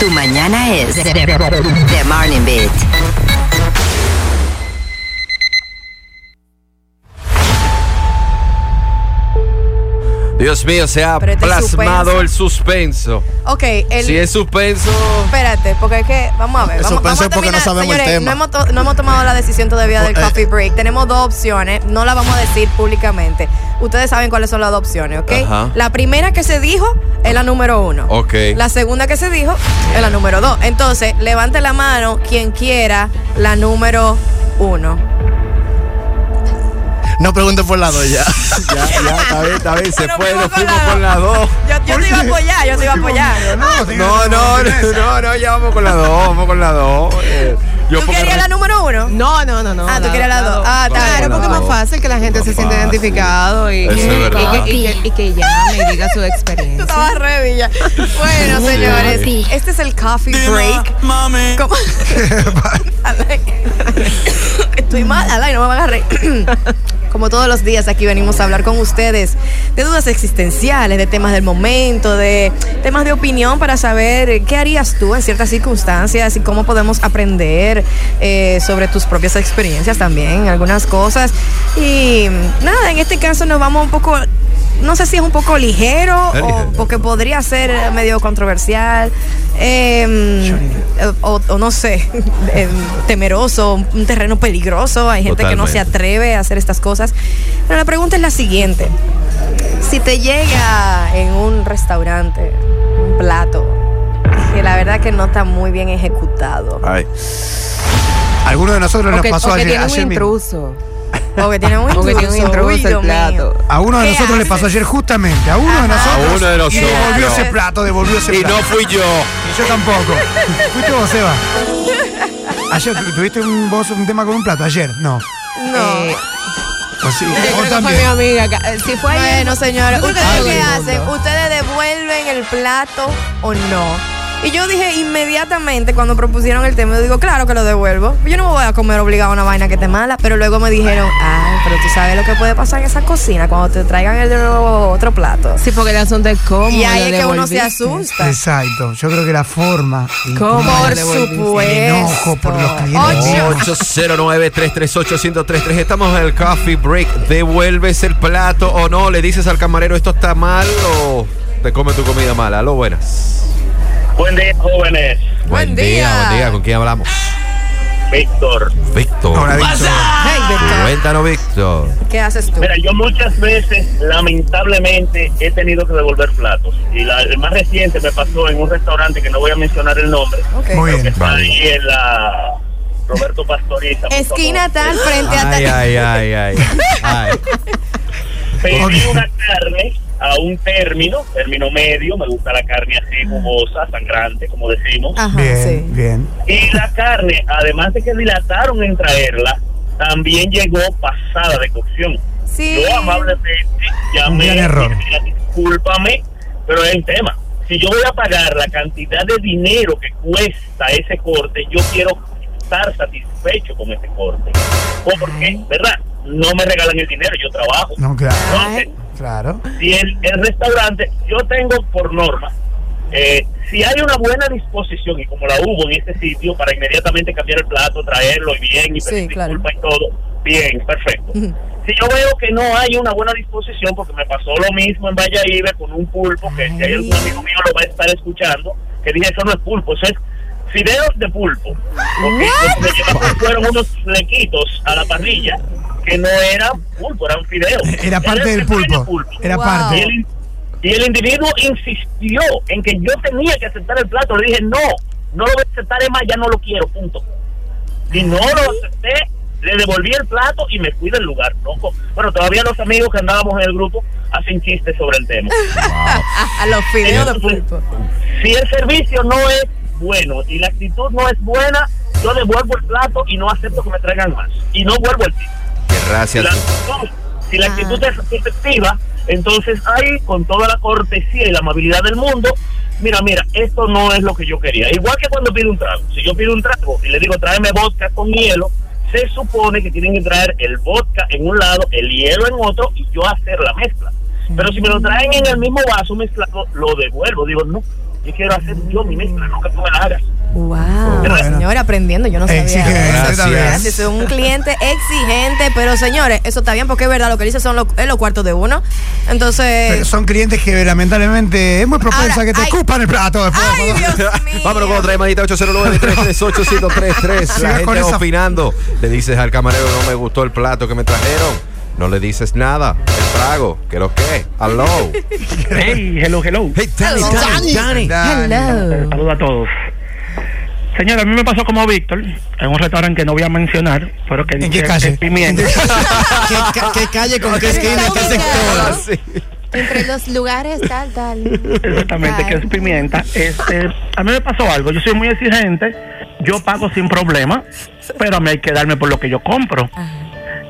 Tu mañana es The Morning Beat. Dios mío, se ha Pero este es plasmado el suspenso. Ok, el, Si es suspenso, Espérate, porque es que, vamos a ver. El Vamos, vamos suspenso a es porque no terminar. sabemos el Señores, tema. No hemos, to- no hemos tomado la decisión todavía del Eh. coffee break. Tenemos dos opciones, no la vamos a decir públicamente. Ustedes saben cuáles son las dos opciones, ¿ok? Ajá. La primera que se dijo es la número uno. Ok. La segunda que se dijo es la número dos. Entonces, levante la mano quien quiera la número uno. No pregunten por la dos ya. ya, ya, está bien, está bien. Se Pero fue, fuimos nos con fuimos la- con las dos. Yo, yo te iba a apoyar, yo te iba a apoyar. No, no, no, no, no, ya vamos con las dos, vamos con las dos. Eh, yo ¿Tú porque- querías la número uno? No, no, no, no. Ah, tú quieres la dos. Ah, está Vamos Claro, bien. con la porque es más dos. fácil que la gente Más se sienta fácil. identificado y, Eso es y que- verdad. y que, y que llame y diga su Tú experiencia. estabas re villa. Bueno, señores, este es el coffee break. ¿Cómo? Alay. Estoy mal, Alay, no me agarré. Como todos los días aquí venimos a hablar con ustedes de dudas existenciales, de temas del momento, de temas de opinión para saber qué harías tú en ciertas circunstancias y cómo podemos aprender eh, sobre tus propias experiencias también, algunas cosas. Y nada, en este caso nos vamos un poco, no sé si es un poco ligero o Ligero. porque podría ser medio controversial eh, o, o no sé, eh, temeroso, un terreno peligroso. Hay gente que no se Totalmente. atreve a hacer estas cosas. Pero la pregunta es la siguiente. Si te llega en un restaurante un plato que la verdad que no está muy bien ejecutado Ay, Alguno de nosotros O nos que, pasó o que ayer. tiene un ayer mismo. intruso. o que tiene un O que tiene un intruso, uy, intruso el Dios mío. plato. A uno de ¿Qué nosotros le haces? pasó ayer justamente. A uno Ajá. de nosotros. A uno de nosotros. Devolvió ¿Qué ese haces? plato, devolvió ese Y plato. no fui yo. Yo tampoco. ¿Fuiste vos, Seba? Ayer tu- tuviste un, vos un tema con un plato. Ayer, no. No. Eh, Pues O sí. yo O creo que fue mi también. amiga. que- eh, Si fue ayer, Bueno, señores, yo creo que ¿ustedes todo qué el hacen? mundo. ¿Ustedes devuelven el plato o no? Y yo dije inmediatamente cuando propusieron el tema, yo digo, claro que lo devuelvo. Yo no me voy a comer obligado a una vaina que esté mala. Pero luego me dijeron, ay, pero tú sabes lo que puede pasar en esa cocina cuando te traigan el de nuevo otro plato. Sí, porque el asunto es cómo. Y ahí lo es que uno se devolviste. asusta. Exacto. Yo creo que la forma. y ¿Cómo? cómo Por le- devolviste. supuesto. El enojo por los clientes. Ocho. 809-338-1033. Estamos en el coffee break. ¿Devuelves el plato o no? ¿Le dices al camarero esto está mal o te come tu comida mala? Lo buenas. Buen día, jóvenes. Buen día. Buen día. ¿Con quién hablamos? Víctor. Víctor. Ahora, Víctor, Hey, Beca, Cuéntanos, Víctor. ¿Qué haces tú? Mira, yo muchas veces, lamentablemente, he tenido que devolver platos. Y la, el más reciente me pasó en un restaurante que no voy a mencionar el nombre. Ok. Muy Que bien. está Vale. ahí en la Roberto Pastoriza. por Esquina favor. tal frente a Ay, tal. ay, ay, ay. ay. Pedí Ok. una carne a un término, término medio. Me gusta la carne así, jugosa, sangrante, como decimos. Ajá, Bien, sí. bien. Y la carne, además de que dilataron en traerla, también llegó pasada de cocción. Sí. Yo amablemente Un llamé, gran error. dije, discúlpame, pero es el tema. Si yo voy a pagar la cantidad de dinero que cuesta ese corte, yo quiero estar satisfecho con ese corte. Porque, ¿verdad? No me regalan el dinero, yo trabajo. No, claro. Entonces, Claro. si el, el restaurante, yo tengo por norma, eh, si hay una buena disposición, y como la hubo en este sitio, para inmediatamente cambiar el plato, traerlo y bien, y Sí, pedir claro. disculpas y todo, bien, perfecto. Ujú. Si yo veo que no hay una buena disposición, porque me pasó lo mismo en Valladolid con un pulpo, que si hay algún amigo mío lo va a estar escuchando, que dije, eso no es pulpo, eso es fideos de pulpo. Porque lo que llevaron fueron unos flequitos a la parrilla, que no eran pulpo, eran fideos. Era parte el del tamaño pulpo. Era Wow. y parte. el, in- y el individuo insistió en que yo tenía que aceptar el plato. Le dije, no, no lo voy a aceptar, es más, ya no lo quiero, punto. Y no lo acepté, le devolví el plato y me fui del lugar. loco. Bueno, todavía los amigos que andábamos en el grupo hacen chistes sobre el tema. Ah, A los fideos de pulpo. si el servicio no es bueno y la actitud no es buena, yo devuelvo el plato y no acepto que me traigan más. Y no vuelvo el tip. Si Gracias. la actitud, si la Ajá. actitud es efectiva, entonces ahí, con toda la cortesía y la amabilidad del mundo, mira, mira, esto no es lo que yo quería. Igual que cuando pido un trago. Si yo pido un trago y le digo, tráeme vodka con hielo, se supone que tienen que traer el vodka en un lado, el hielo en otro y yo hacer la mezcla. Pero si me lo traen en el mismo vaso mezclado, lo devuelvo. Digo, no, Yo quiero hacer yo mi mezcla, no que tú me la hagas. Wow, Bueno. señor, aprendiendo, yo no sabía. Exigente Gracias. también. Gracias, soy un cliente exigente, pero señores, eso está bien porque es verdad, lo que dice son los, es los cuartos de uno. Pero Entonces, son clientes que lamentablemente es muy propensa Eh, Ahora, a que te ay. escupan el plato después. ay Dios mío. Vámonos con otra llamadita 809-338-1033. La Sigas con gente esa- opinando. Le dices al camarero, no me gustó el plato que me trajeron. No le dices nada. El trago, ¿qué lo que? Hello. Hey, hello, hello. Hey, Danny, Hello, Danny, Danny. Hello. Saludos a todos. Señora, a mí me pasó como Víctor, en un restaurante que no voy a mencionar, pero que ¿En qué que- calle? que es pimienta. ¿En qué ¿Qué, ca- qué calle con qué esquina, qué sector? Ah, Sí. Entre los lugares, tal, tal. Exactamente, que es pimienta. Este, a mí me pasó algo, yo soy muy exigente, yo pago sin problema, pero a mí hay que darme por lo que yo compro.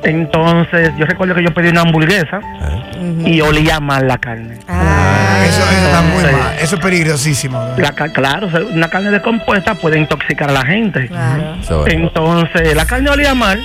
Entonces, yo recuerdo que yo pedí una hamburguesa y olía mal la carne. Ah, Eso, eso está muy Sí. mal. Eso es peligrosísimo. La, ca- claro, o sea, una carne descompuesta puede intoxicar a la gente. claro. So, bueno. Entonces, la carne olía mal.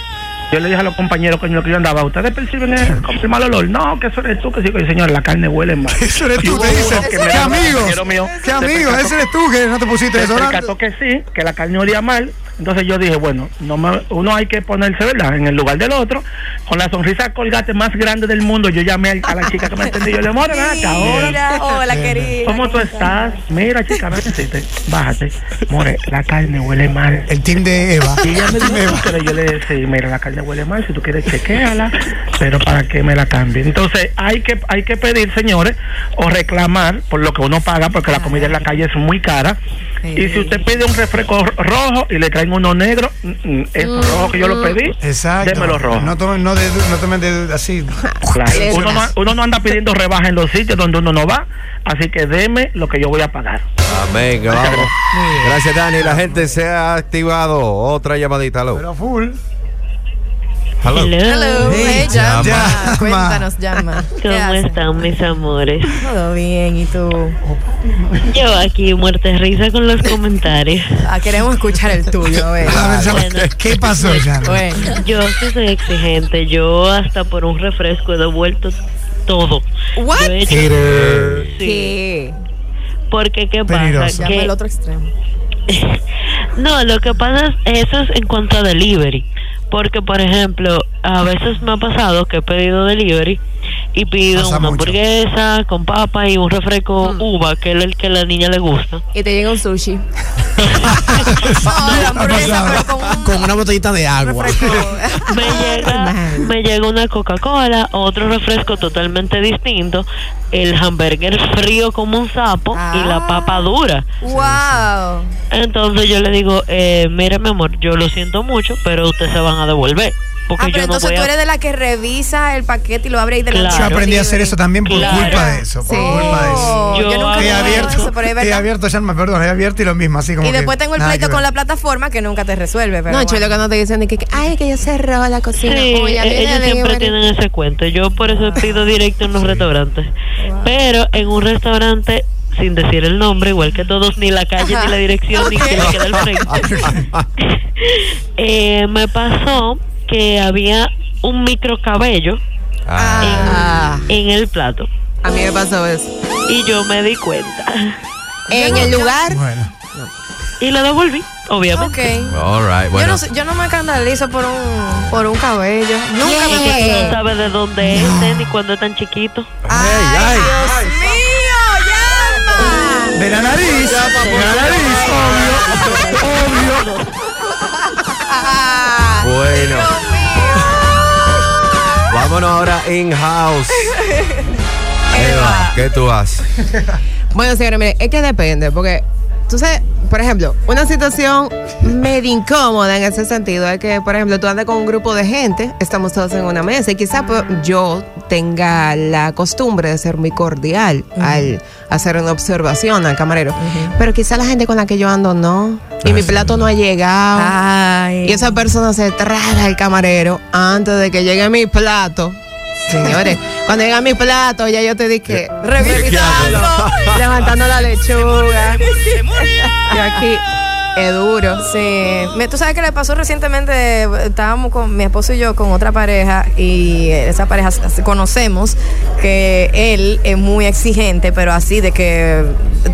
Yo le dije a los compañeros con los que yo andaba, ¿ustedes perciben el, el mal olor? No, que eso eres tú, que sí, que señor, la carne huele mal. Eso eres Y tú, hubo te uno dicen. que me ¿Qué dijo, amigos? compañero mío, ¿Qué se amigos? percató- Ese eres tú que no te pusiste se desodorante. percató que sí, que la carne olía mal. Entonces yo dije, bueno, no me- uno hay que ponerse, ¿verdad?, en el lugar del otro. Con la sonrisa colgate más grande del mundo, yo llamé al- a la chica que me atendió. Yo le moro, acá, ahora. Mira, hola querida. ¿Cómo tú estás? Mira, chica, ven, siéntate, bájate. More, la carne huele mal. El team de Eva. Y ella me dijo, Me va. pero yo le decía, mira, la carne huele mal, si tú quieres chequéala, pero para que me la cambie. Entonces, hay que hay que pedir, señores, o reclamar por lo que uno paga, porque la comida en la calle es muy cara. Y si usted pide un refresco ro- rojo y le traen uno negro, mm, mm, es rojo que yo lo pedí, Exacto. démelo rojo. No tomen, no, de, no tomen de, así. Claro. Claro. Uno, no, uno no anda pidiendo rebaja en los sitios donde uno no va, así que deme lo que yo voy a pagar. Amén, que vamos. Gracias, Dani. La gente se ha activado. Otra llamadita. Hello. Pero full. Hello. Hello, hey, llama. llama. Llama. Cuéntanos, llama. ¿Qué ¿Cómo haces? están mis amores? Todo bien, ¿y tú? Yo aquí muerta de risa con los comentarios. Ah, queremos escuchar el tuyo, a ver. A ver, Jan, Bueno. ¿Qué pasó, Jan? Bueno, Yo sí soy exigente, yo hasta por un refresco he devuelto todo. What? Yo he hecho- sí, ¿Qué? porque qué Peligroso. pasa llama que el otro extremo. no, lo que pasa es eso es en cuanto a delivery, porque por ejemplo, a veces me ha pasado que he pedido delivery y pido Pasa una mucho. hamburguesa con papa y un refresco uva, que es el que a la niña le gusta. Y te llega un sushi. No, la hamburguesa, pasado. pero con un Con una botellita de agua. refresco. me llega, Normal. me llega una Coca-Cola, otro refresco totalmente distinto, el hamburger frío como un sapo y Ah. la papa dura. Wow. Entonces yo le digo, eh, mira mi amor, yo lo siento mucho, pero ustedes se van a devolver. Porque Ah, yo pero no entonces voy tú a... eres de la que revisa el paquete y lo abre ahí delante. Claro. Yo aprendí a hacer eso también por Claro. culpa de eso. Por Sí. culpa de eso. Oh, yo, Yo nunca hago- He he abierto, abierto, eso, pero es he verdad. abierto, Jan, me perdón, he abierto y lo mismo, así como Y que después tengo el nada pleito que con ver. la plataforma que nunca te resuelve, pero No, bueno. chulo, que no te dicen de que, que, ay, que yo cerró la Sí, cocina. Oye, a ellos mí me siempre delivery. tienen ese cuento. Yo por Ah. eso pido directo en los restaurantes. Pero en un restaurante, sin decir el nombre, igual que todos, ni la calle, Ajá. ni la dirección, ni Ok. quién le queda al frente. Eh, me pasó que había un micro cabello Ah, Ah, en el plato a mí me pasó eso. y yo me di cuenta En el lugar. Bueno, y lo devolví, Ok. obviamente. all right. Yo, Bueno, no, sé- yo no me escandalizo por un, por un cabello. Nunca Y me que tú pasó. no sabes de dónde es eh, ni cuándo es tan chiquito. Ay, ay, Dios ay. mío, llama. de la nariz, de la nariz, obvio, obvio. Ah, bueno. Dios mío. Vámonos ahora in-house. Eva, ¿qué tú haces? Bueno, señores, mire, es que depende, porque tú sabes, por ejemplo, una situación medio incómoda en ese sentido es que, por ejemplo, tú andas con un grupo de gente, estamos todos en una mesa y quizás pues, yo tenga la costumbre de ser muy cordial al hacer una observación al camarero, pero quizás la gente con la que yo ando no, y Ah, mi sí. plato no ha llegado. Ay. Y esa persona se traga al camarero antes de que llegue mi plato. Señores, cuando llega mi plato, ya yo te Eh, dije, revisando, levantando la lechuga. Y aquí, Es duro. Sí, Me- tú sabes que le pasó recientemente, estábamos con mi esposo y yo con otra pareja y esa pareja s- conocemos que él es muy exigente, pero así de que,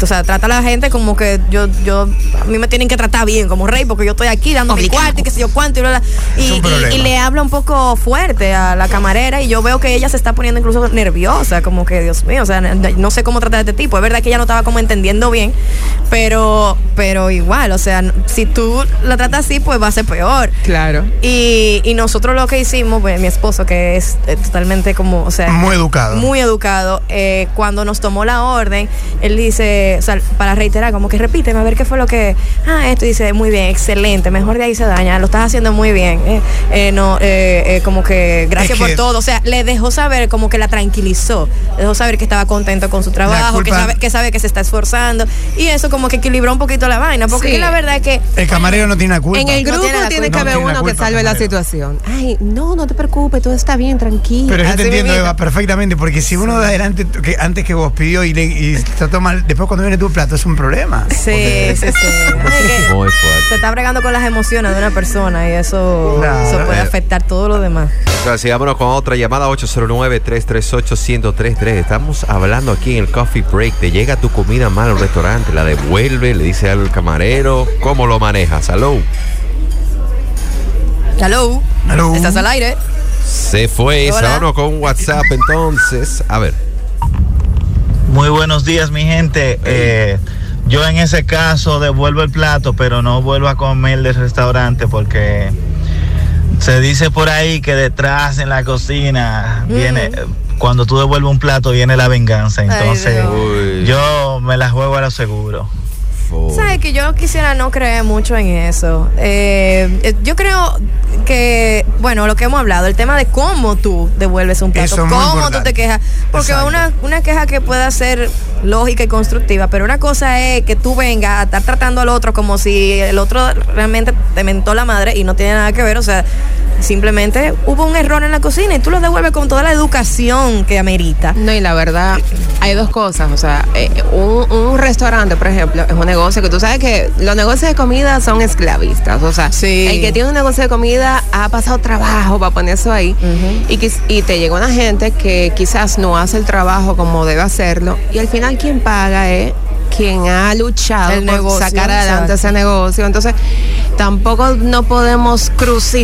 o sea, trata a la gente como que yo, yo, a mí me tienen que tratar bien como rey porque yo estoy aquí dando mi cuarto y qué sé yo cuánto y, bla, bla, y, Es un y- problema. y le habla un poco fuerte a la camarera y yo veo que ella se está poniendo incluso nerviosa, como que Dios mío, o sea, n- no sé cómo tratar a este tipo. Es verdad que ella no estaba como entendiendo bien, pero, pero igual, o sea, n- si tú la tratas así, pues va a ser peor. Claro. Y, y nosotros lo que hicimos, pues mi esposo, que es eh, totalmente como, o sea, Muy educado. muy educado, eh, cuando nos tomó la orden, él dice, o sea, para reiterar, como que repíteme a ver qué fue lo que, ah, esto y dice, muy bien, excelente, mejor de ahí se daña, lo estás haciendo muy bien, eh, eh, no, eh, eh, como que gracias Es que- por todo, o sea, le dejó saber, como que la tranquilizó, le dejó saber que estaba contento con su trabajo, que culpa- sabe, que sabe que se está esforzando, y eso como que equilibró un poquito la vaina, porque Sí. la verdad es que... El camarero no tiene la culpa. En el No grupo tiene la tiene, culpa. que No haber tiene la uno que culpa, salve la camarero. situación. Ay, no, no te preocupes, todo está bien, tranquilo. Pero yo te Así entiendo, mismito. Eva, perfectamente, porque si uno de adelante, que antes que vos pidió y, le, y trató mal, después cuando viene tu plato es un problema. Sí, sí, sí. Ay, que- Muy se fuerte. está bregando con las emociones de una persona y eso, Claro. eh, eso puede afectar todo lo demás. Entonces, sigamos con otra llamada 809-338-1033. Estamos hablando aquí en el Coffee Break. Te llega tu comida mal al restaurante, la devuelve, le dice al camarero. ¿Cómo lo manejas? Salud. Hello. Hello. ¿Estás al aire? Se fue. Hola. Sigamos con WhatsApp entonces. A ver. Muy buenos días, mi gente. Eh, yo en ese caso devuelvo el plato, pero no vuelvo a comer del restaurante porque se dice por ahí que detrás en la cocina viene Mm. cuando tú devuelves un plato viene la venganza. Entonces Dios. Uy. yo me la juego a lo seguro. uh. Fo- Sabes que yo quisiera no creer mucho en eso. Eh, eh, yo creo que, bueno, lo que hemos hablado, el tema de cómo tú devuelves un plato, Eso es muy cómo tú importante. te quejas. Porque Exacto. una, una queja que pueda ser lógica y constructiva, pero una cosa es que tú vengas a estar tratando al otro como si el otro realmente te mentó la madre y no tiene nada que ver. O sea, simplemente hubo un error en la cocina y tú lo devuelves con toda la educación que amerita. No, y la verdad, hay dos cosas. O sea, eh, un, un restaurante, por ejemplo, es un negocio que tú sabes que los negocios de comida son esclavistas. O sea, Sí. el que tiene un negocio de comida ha pasado trabajo para poner eso ahí. y, quiz- y te llega una gente que quizás no hace el trabajo como debe hacerlo. Y al final, quien paga es quien ha luchado El por negocio, sacar adelante exacto. ese negocio. Entonces, tampoco no podemos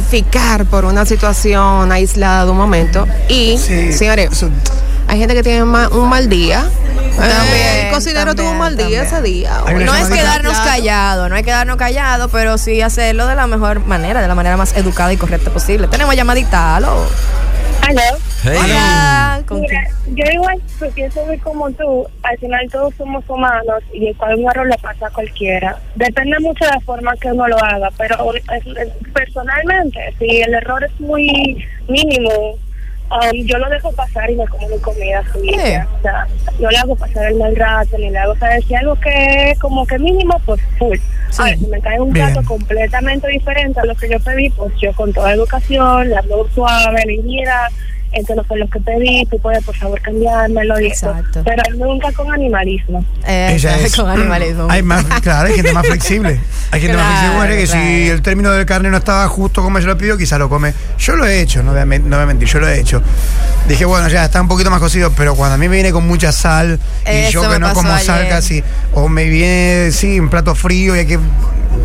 crucificar por una situación aislada de un momento. Y, Sí, señores, eso- hay gente que tiene ma- un mal día. También. El cocinero también, tuvo un mal día también. ese día. Hay una No es llamadita. quedarnos callados, no hay que quedarnos callados, pero sí hacerlo de la mejor manera, de la manera más educada y correcta posible. Tenemos llamadita, aló. Aló. Hey. Hola. ¿Con Mira, yo igual pues, pienso muy como tú. Al final todos somos humanos y cual un error le pasa a cualquiera. Depende mucho de la forma que uno lo haga, pero es- es- personalmente, si el error es muy mínimo, um, yo lo dejo pasar y me como mi comida suya. O sea, no le hago pasar el mal rato, ni le hago saber si algo que es como que mínimo, pues full. A ver, si me cae un Bien. plato completamente diferente a lo que yo pedí, pues yo con toda educación, le hablo suave, le digo, mira, esto no fue lo que pedí, tú puedes por favor cambiármelo y eso. Exacto. Pero nunca con animalismo. Eh, Ella es- con animalismo. Hay más, claro, hay gente más flexible. Hay gente más flexible Claro, bueno, que si claro. el término de carne no estaba justo como yo lo pido, quizá lo come. Yo lo he hecho, no voy, a, men- no voy a mentir, yo lo he hecho. Dije, bueno, ya está un poquito más cocido, pero cuando a mí me viene con mucha sal y Eso yo me que no pasó como sal ayer. casi, o me viene, sí, un plato frío y hay que,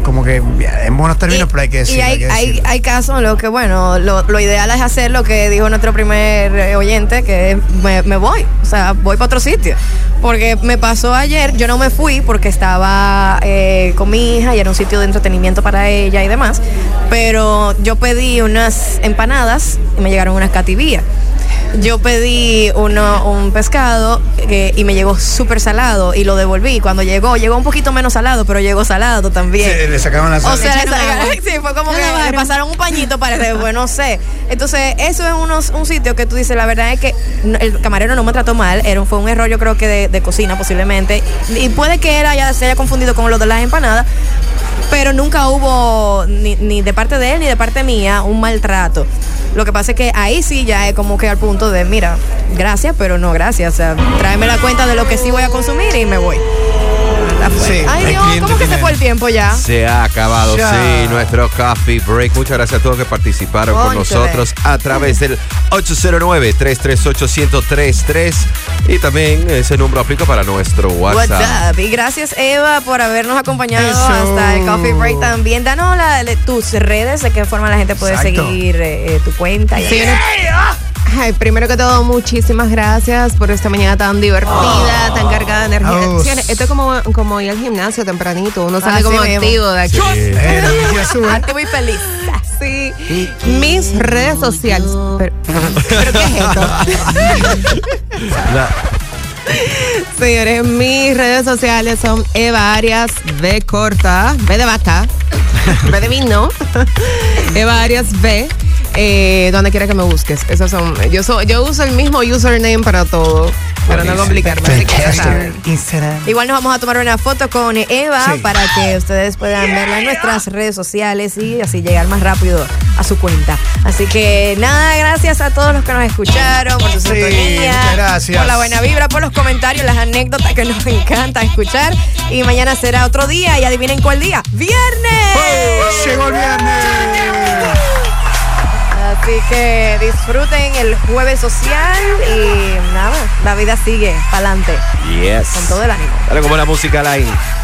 como que, en buenos términos, pero hay que decir. y hay, hay, hay casos en los que, bueno, lo, lo ideal es hacer lo que dijo nuestro primer eh, oyente, que es, me, me voy, o sea, voy para otro sitio. Porque me pasó ayer, yo no me fui porque estaba eh, con mi hija y era un sitio de entretenimiento para ella y demás, pero yo pedí unas empanadas y me llegaron unas cativías. Yo pedí uno, un pescado eh, y me llegó súper salado y lo devolví. Cuando llegó, llegó un poquito menos salado, pero llegó salado también. le sacaban la sal. O sea, echaron esa- agua. sí, fue como Lo que le lavaron. pasaron un pañito para que, bueno, no sé. Entonces, eso es unos, un sitio que tú dices, la verdad es que no- el camarero no me trató mal, era, un- fue un error yo creo que de, de cocina posiblemente. Y puede que él haya, se haya confundido con lo de las empanadas, pero nunca hubo ni, ni de parte de él ni de parte mía un maltrato. Lo que pasa es que ahí sí ya es como que al punto de, mira, gracias, pero no gracias. O sea, tráeme la cuenta de lo que sí voy a consumir y me voy. está fuerte. Sí. Ay, Dios, Hay que ¿cómo que se entretener. fue el tiempo ya? Se ha acabado, Ya. sí, nuestro coffee break. Muchas gracias a todos que participaron con Cónchale. nosotros a través del 809-338-1033. Y también ese número aplica para nuestro What's WhatsApp. up? Y gracias, Eva, por habernos acompañado Eso. hasta el coffee break también. Danos la- le- tus redes, de qué forma la gente puede Exacto. seguir eh, eh, tu cuenta. y- Sí, una- Ay, primero que todo, muchísimas gracias por esta mañana tan divertida, Oh. tan cargada de energía. Vamos. Acciones. Esto es como, como ir al gimnasio tempranito, uno sale Así como mismo. activo de aquí. Sí. Eh, la energía Estoy muy feliz. Sí. Mis redes sociales. Pero, ¿pero ¿qué es esto? Señores, mis redes sociales son Eva Arias B corta, B de vaca, B de vino, Eva Arias B. eh, donde quiera que me busques. Esos son. Yo so- yo uso el mismo username para todo. Para no complicarme. así que ya saben. Instagram. Igual nos vamos a tomar una foto con Eva Sí. para que ustedes puedan verla en nuestras redes sociales y así llegar más rápido a su cuenta. Así que nada, gracias a todos los que nos escucharon por su Sí, sintonía, muchas gracias. por la buena vibra, por los comentarios, las anécdotas que nos encanta escuchar. Y mañana será otro día y adivinen cuál día, viernes. Llegó el viernes. Así que disfruten el jueves social y nada, la vida sigue para adelante Yes. con todo el ánimo. Dale como la música, Line.